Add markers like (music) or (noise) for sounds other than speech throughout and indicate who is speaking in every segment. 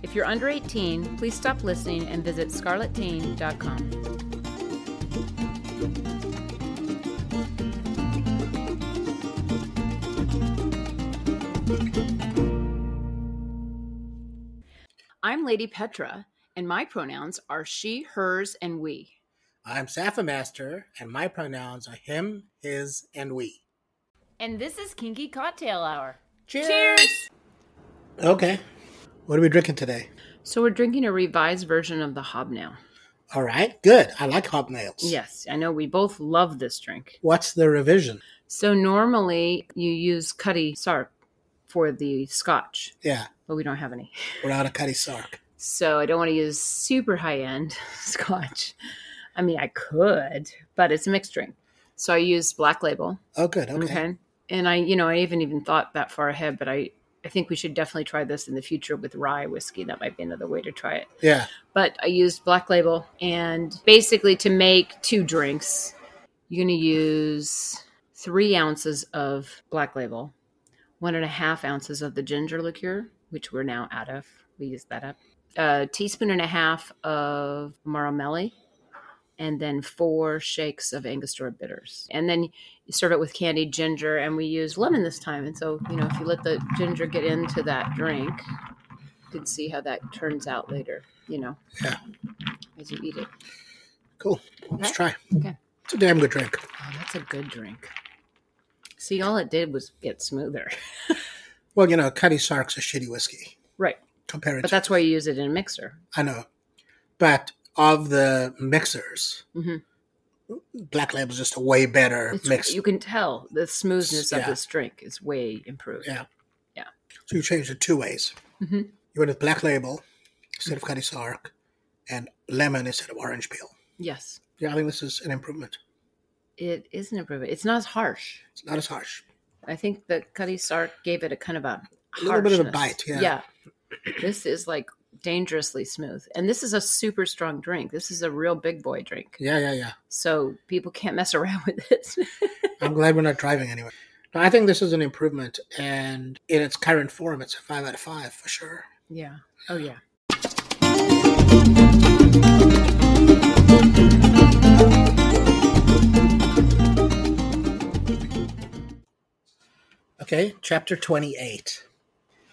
Speaker 1: If you're under 18, please stop listening and visit scarletteen.com. I'm Lady Petra, and my pronouns are she, hers, and we.
Speaker 2: I'm Safa Master, and my pronouns are him, his, and we.
Speaker 1: And this is Kinky Cocktail Hour.
Speaker 2: Cheers! Okay. What are we drinking today?
Speaker 1: So we're drinking a revised version of the hobnail.
Speaker 2: All right, good. I like hobnails.
Speaker 1: Yes, I know we both love this drink.
Speaker 2: What's the revision?
Speaker 1: So normally you use Cutty Sark for the scotch,
Speaker 2: Yeah,
Speaker 1: but we don't have any.
Speaker 2: we're out of Cutty Sark.
Speaker 1: So I don't want to use super high end (laughs) scotch. I mean, I could, but it's a mixed drink. So I use Black Label.
Speaker 2: Oh, good.
Speaker 1: Okay.
Speaker 2: Okay.
Speaker 1: And I, you know, I even even thought that far ahead, but I, I think we should definitely try this in the future with rye whiskey. That might be another way to try it.
Speaker 2: Yeah.
Speaker 1: But I used Black Label, and basically to make two drinks, you're going to use three ounces of Black Label, one and a half ounces of the ginger liqueur, which we're now out of. We used that up. A teaspoon and a half of Maramelli, and then four shakes of Angostura bitters. And then you serve it with candied ginger, and we use lemon this time. And so, you know, if you let the ginger get into that drink, you can see how that turns out later, you know,
Speaker 2: Yeah.
Speaker 1: as you eat it.
Speaker 2: Cool. Let's
Speaker 1: Okay.
Speaker 2: try.
Speaker 1: Okay.
Speaker 2: It's a damn good drink.
Speaker 1: Oh, that's a good drink. See, all it did was get
Speaker 2: (laughs)
Speaker 1: smoother.
Speaker 2: Well, you know, Cutty Sark's a shitty whiskey
Speaker 1: Right.
Speaker 2: compared
Speaker 1: But
Speaker 2: to.
Speaker 1: that's why you use it in a mixer.
Speaker 2: I know. But of the mixers,
Speaker 1: Mhm.
Speaker 2: Black Label's just a way better
Speaker 1: It's-
Speaker 2: mix.
Speaker 1: You can tell the smoothness of
Speaker 2: Yeah.
Speaker 1: this drink is way improved.
Speaker 2: Yeah.
Speaker 1: Yeah.
Speaker 2: So you changed it two ways.
Speaker 1: Mhm.
Speaker 2: You went with Black Label instead of Cutty Sark and lemon instead of orange peel.
Speaker 1: Yes.
Speaker 2: Yeah, I think this is an improvement.
Speaker 1: It is an improvement. It's not as harsh.
Speaker 2: It's not as harsh.
Speaker 1: I think that Cuddy Sark gave it a kind of a,
Speaker 2: A little bit of a
Speaker 1: harshness.
Speaker 2: bite, yeah.
Speaker 1: This is like dangerously smooth. And this is a super strong drink. This is a real big boy drink.
Speaker 2: Yeah, yeah, yeah.
Speaker 1: So people can't mess (laughs) around with it.
Speaker 2: I'm glad we're not driving anyway. No, I think this is an improvement, and in its current form, it's a five out of five for sure.
Speaker 1: yeah. Oh, yeah.
Speaker 2: Okay, chapter 28.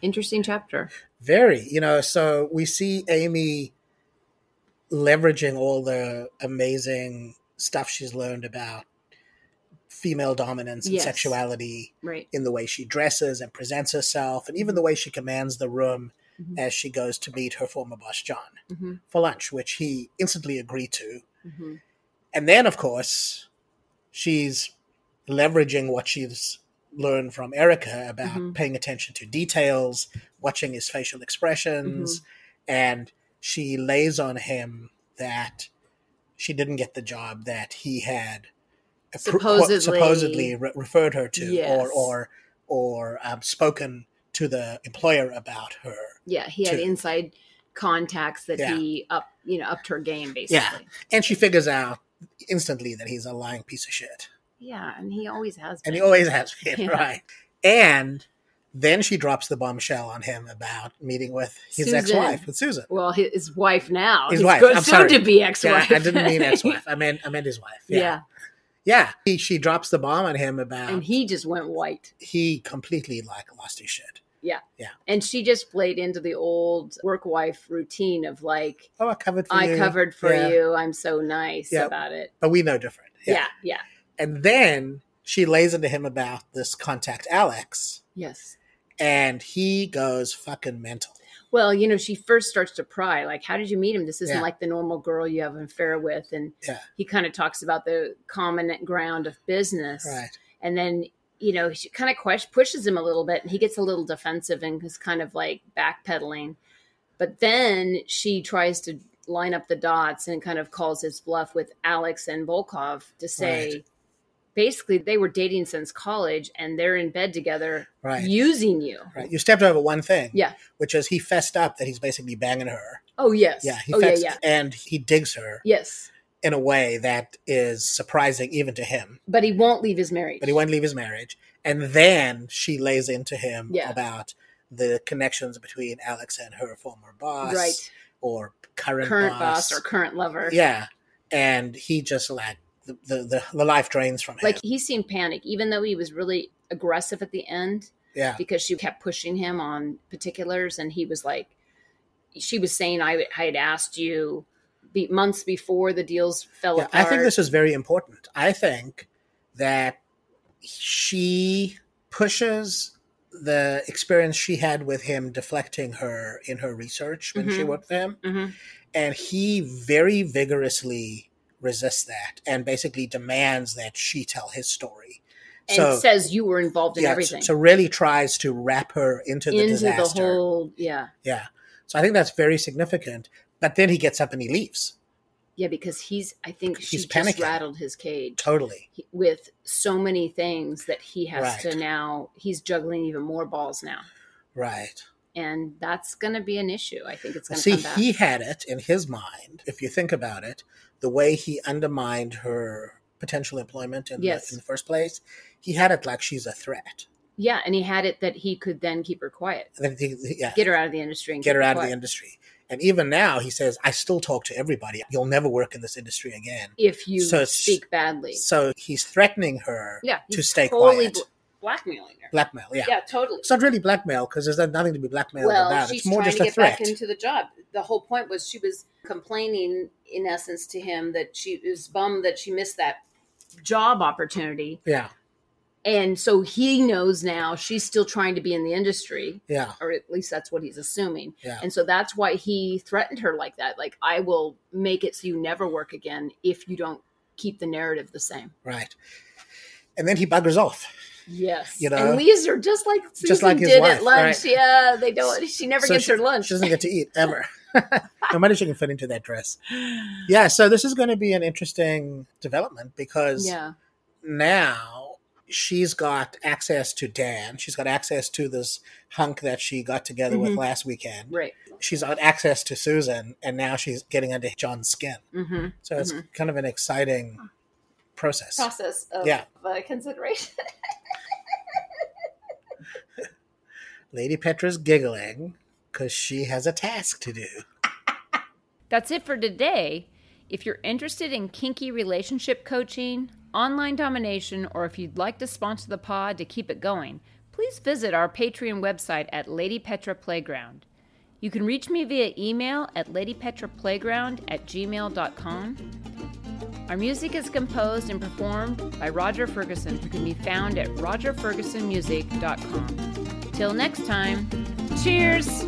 Speaker 1: Interesting chapter.
Speaker 2: Very, you know, so we see Amy leveraging all the amazing stuff she's learned about female dominance and
Speaker 1: Yes.
Speaker 2: sexuality
Speaker 1: Right.
Speaker 2: in the way she dresses and presents herself, and even the way she commands the room
Speaker 1: Mhm.
Speaker 2: as she goes to meet her former boss, John,
Speaker 1: hmm
Speaker 2: for lunch, which he instantly agreed to.
Speaker 1: hmm
Speaker 2: And then, of course, she's leveraging what she's learned from Erica about
Speaker 1: Mhm.
Speaker 2: paying attention to details, watching his facial expressions,
Speaker 1: Mm-hmm.
Speaker 2: and she lays on him that she didn't get the job that he had appro- quote,
Speaker 1: Supposedly.
Speaker 2: supposedly re- referred her to
Speaker 1: Yes.
Speaker 2: or or or um, spoken to the employer about her.
Speaker 1: Yeah. He had
Speaker 2: To-
Speaker 1: inside contacts that
Speaker 2: Yeah.
Speaker 1: he up, you know, upped her game basically.
Speaker 2: Yeah. And she figures out instantly that he's a lying piece of shit.
Speaker 1: Yeah, And he always has been.
Speaker 2: And he always has (laughs) been,
Speaker 1: Yeah.
Speaker 2: right? And then she drops the bombshell on him about meeting with his
Speaker 1: Susan.
Speaker 2: ex-wife, with Susan.
Speaker 1: well, hi- his wife now.
Speaker 2: His
Speaker 1: He's
Speaker 2: wife,
Speaker 1: go- soon
Speaker 2: I'm sorry.
Speaker 1: to be ex-wife.
Speaker 2: Yeah, I
Speaker 1: (laughs)
Speaker 2: didn't mean ex-wife. I meant I meant his wife. Yeah, yeah.
Speaker 1: yeah.
Speaker 2: He, she drops the bomb on him about
Speaker 1: And he just went white.
Speaker 2: he completely like lost his shit.
Speaker 1: Yeah.
Speaker 2: Yeah.
Speaker 1: And she just played into the old work wife routine of like,
Speaker 2: Oh, I covered for
Speaker 1: I
Speaker 2: you.
Speaker 1: covered for
Speaker 2: Yeah.
Speaker 1: you. I'm so nice
Speaker 2: Yep.
Speaker 1: about it.
Speaker 2: But we know different.
Speaker 1: Yeah. yeah.
Speaker 2: And then she lays into him about this contact Alex,
Speaker 1: Yes.
Speaker 2: and he goes fucking mental.
Speaker 1: Well, you know, she first starts to pry, like, how did you meet him? This isn't
Speaker 2: Yeah.
Speaker 1: like the normal girl you have an affair with. And
Speaker 2: Yeah.
Speaker 1: he kind of talks about the common ground of business.
Speaker 2: Right.
Speaker 1: And then, you know, she kind of quest- pushes him a little bit and he gets a little defensive and is kind of like backpedaling. But then she tries to line up the dots and kind of calls his bluff with Alex and Volkov to say
Speaker 2: Right.
Speaker 1: basically they were dating since college and they're in bed together
Speaker 2: Right.
Speaker 1: using you.
Speaker 2: right. You stepped over one thing.
Speaker 1: Yeah.
Speaker 2: Which is he fessed up that he's basically banging her.
Speaker 1: Oh, yes.
Speaker 2: Yeah. He
Speaker 1: oh, yeah,
Speaker 2: fessed,
Speaker 1: yeah.
Speaker 2: And he digs her
Speaker 1: Yes.
Speaker 2: in a way that is surprising even to him.
Speaker 1: But he won't leave his marriage.
Speaker 2: but he won't leave his marriage. And then she lays into him
Speaker 1: Yeah.
Speaker 2: about the connections between Alex and her former boss,
Speaker 1: Right.
Speaker 2: or current,
Speaker 1: Current
Speaker 2: boss,
Speaker 1: boss or current lover.
Speaker 2: yeah. And he just like the the, the, the life drains from him.
Speaker 1: Like he seemed panicked, even though he was really aggressive at the end.
Speaker 2: yeah,
Speaker 1: because she kept pushing him on particulars and he was like she was saying i, I had asked you be, months before the deals fell
Speaker 2: yeah. I
Speaker 1: apart
Speaker 2: think this is very important. I think that she pushes the experience she had with him deflecting her in her research when she
Speaker 1: Mhm.
Speaker 2: worked for him
Speaker 1: Mhm.
Speaker 2: and he very vigorously resists that and basically demands that she tell his story.
Speaker 1: and
Speaker 2: so
Speaker 1: says you were involved in
Speaker 2: yeah,
Speaker 1: everything
Speaker 2: so really tries to wrap her into the
Speaker 1: into
Speaker 2: disaster.
Speaker 1: the whole yeah
Speaker 2: yeah, so I think that's very significant. But then he gets up and he leaves
Speaker 1: yeah because he's i think she
Speaker 2: He's
Speaker 1: just
Speaker 2: panicking.
Speaker 1: rattled his cage
Speaker 2: totally.
Speaker 1: he- with so many things that he has
Speaker 2: Right.
Speaker 1: to now he's juggling even more balls now
Speaker 2: Right.
Speaker 1: and that's going to be an issue i think it's going to
Speaker 2: See,
Speaker 1: come back
Speaker 2: he had it in his mind. If you think about it, the way he undermined her potential employment in,
Speaker 1: Yes.
Speaker 2: the, in the first place, he had it like she's a threat.
Speaker 1: yeah and he had it that he could then keep her quiet
Speaker 2: And then he- yeah,
Speaker 1: get her out of the industry and
Speaker 2: get her out of
Speaker 1: quiet.
Speaker 2: the industry. And even now, he says, I still talk to everybody. You'll never work in this industry again.
Speaker 1: if you
Speaker 2: So it's-
Speaker 1: speak badly.
Speaker 2: So he's threatening her
Speaker 1: Yeah,
Speaker 2: to
Speaker 1: he's
Speaker 2: stay
Speaker 1: totally
Speaker 2: quiet.
Speaker 1: bl- blackmailing her.
Speaker 2: blackmail, yeah.
Speaker 1: Yeah, totally.
Speaker 2: It's not really blackmail because there's nothing to be blackmailed
Speaker 1: well,
Speaker 2: about.
Speaker 1: she's
Speaker 2: It's more
Speaker 1: trying
Speaker 2: just
Speaker 1: to
Speaker 2: a
Speaker 1: get
Speaker 2: threat.
Speaker 1: back into the job. The whole point was she was complaining, in essence, to him that she was bummed that she missed that job opportunity,
Speaker 2: yeah,
Speaker 1: and so he knows now she's still trying to be in the industry,
Speaker 2: yeah,
Speaker 1: or at least that's what he's assuming.
Speaker 2: yeah.
Speaker 1: And so that's why he threatened her like that. Like, I will make it so you never work again if you don't keep the narrative the same.
Speaker 2: right. And then he buggers off.
Speaker 1: Yes.
Speaker 2: You know?
Speaker 1: and leaves her just like Susan
Speaker 2: Just like his
Speaker 1: did
Speaker 2: wife,
Speaker 1: at lunch.
Speaker 2: right.
Speaker 1: Yeah, they don't. She never
Speaker 2: So
Speaker 1: gets
Speaker 2: she-
Speaker 1: her lunch.
Speaker 2: She doesn't get to eat
Speaker 1: (laughs)
Speaker 2: ever. (laughs) no wonder she can fit into that dress. Yeah, so this is going to be an interesting development because
Speaker 1: yeah,
Speaker 2: now she's got access to Dan. She's got access to this hunk that she got together with
Speaker 1: Mhm.
Speaker 2: last weekend.
Speaker 1: right.
Speaker 2: She's got access to Susan, and now she's getting under John's skin.
Speaker 1: Mm-hmm.
Speaker 2: So it's kind of an exciting process.
Speaker 1: Process of
Speaker 2: Yeah.
Speaker 1: uh, consideration.
Speaker 2: Lady Petra's giggling because she has a task to do.
Speaker 1: That's it for today. If you're interested in kinky relationship coaching, online domination, or if you'd like to sponsor the pod to keep it going, please visit our Patreon website at Lady Petra Playground. You can reach me via email at ladypetraplayground at gmail.com. Our music is composed and performed by Roger Ferguson, who can be found at rogerfergusonmusic.com. Till next time, cheers!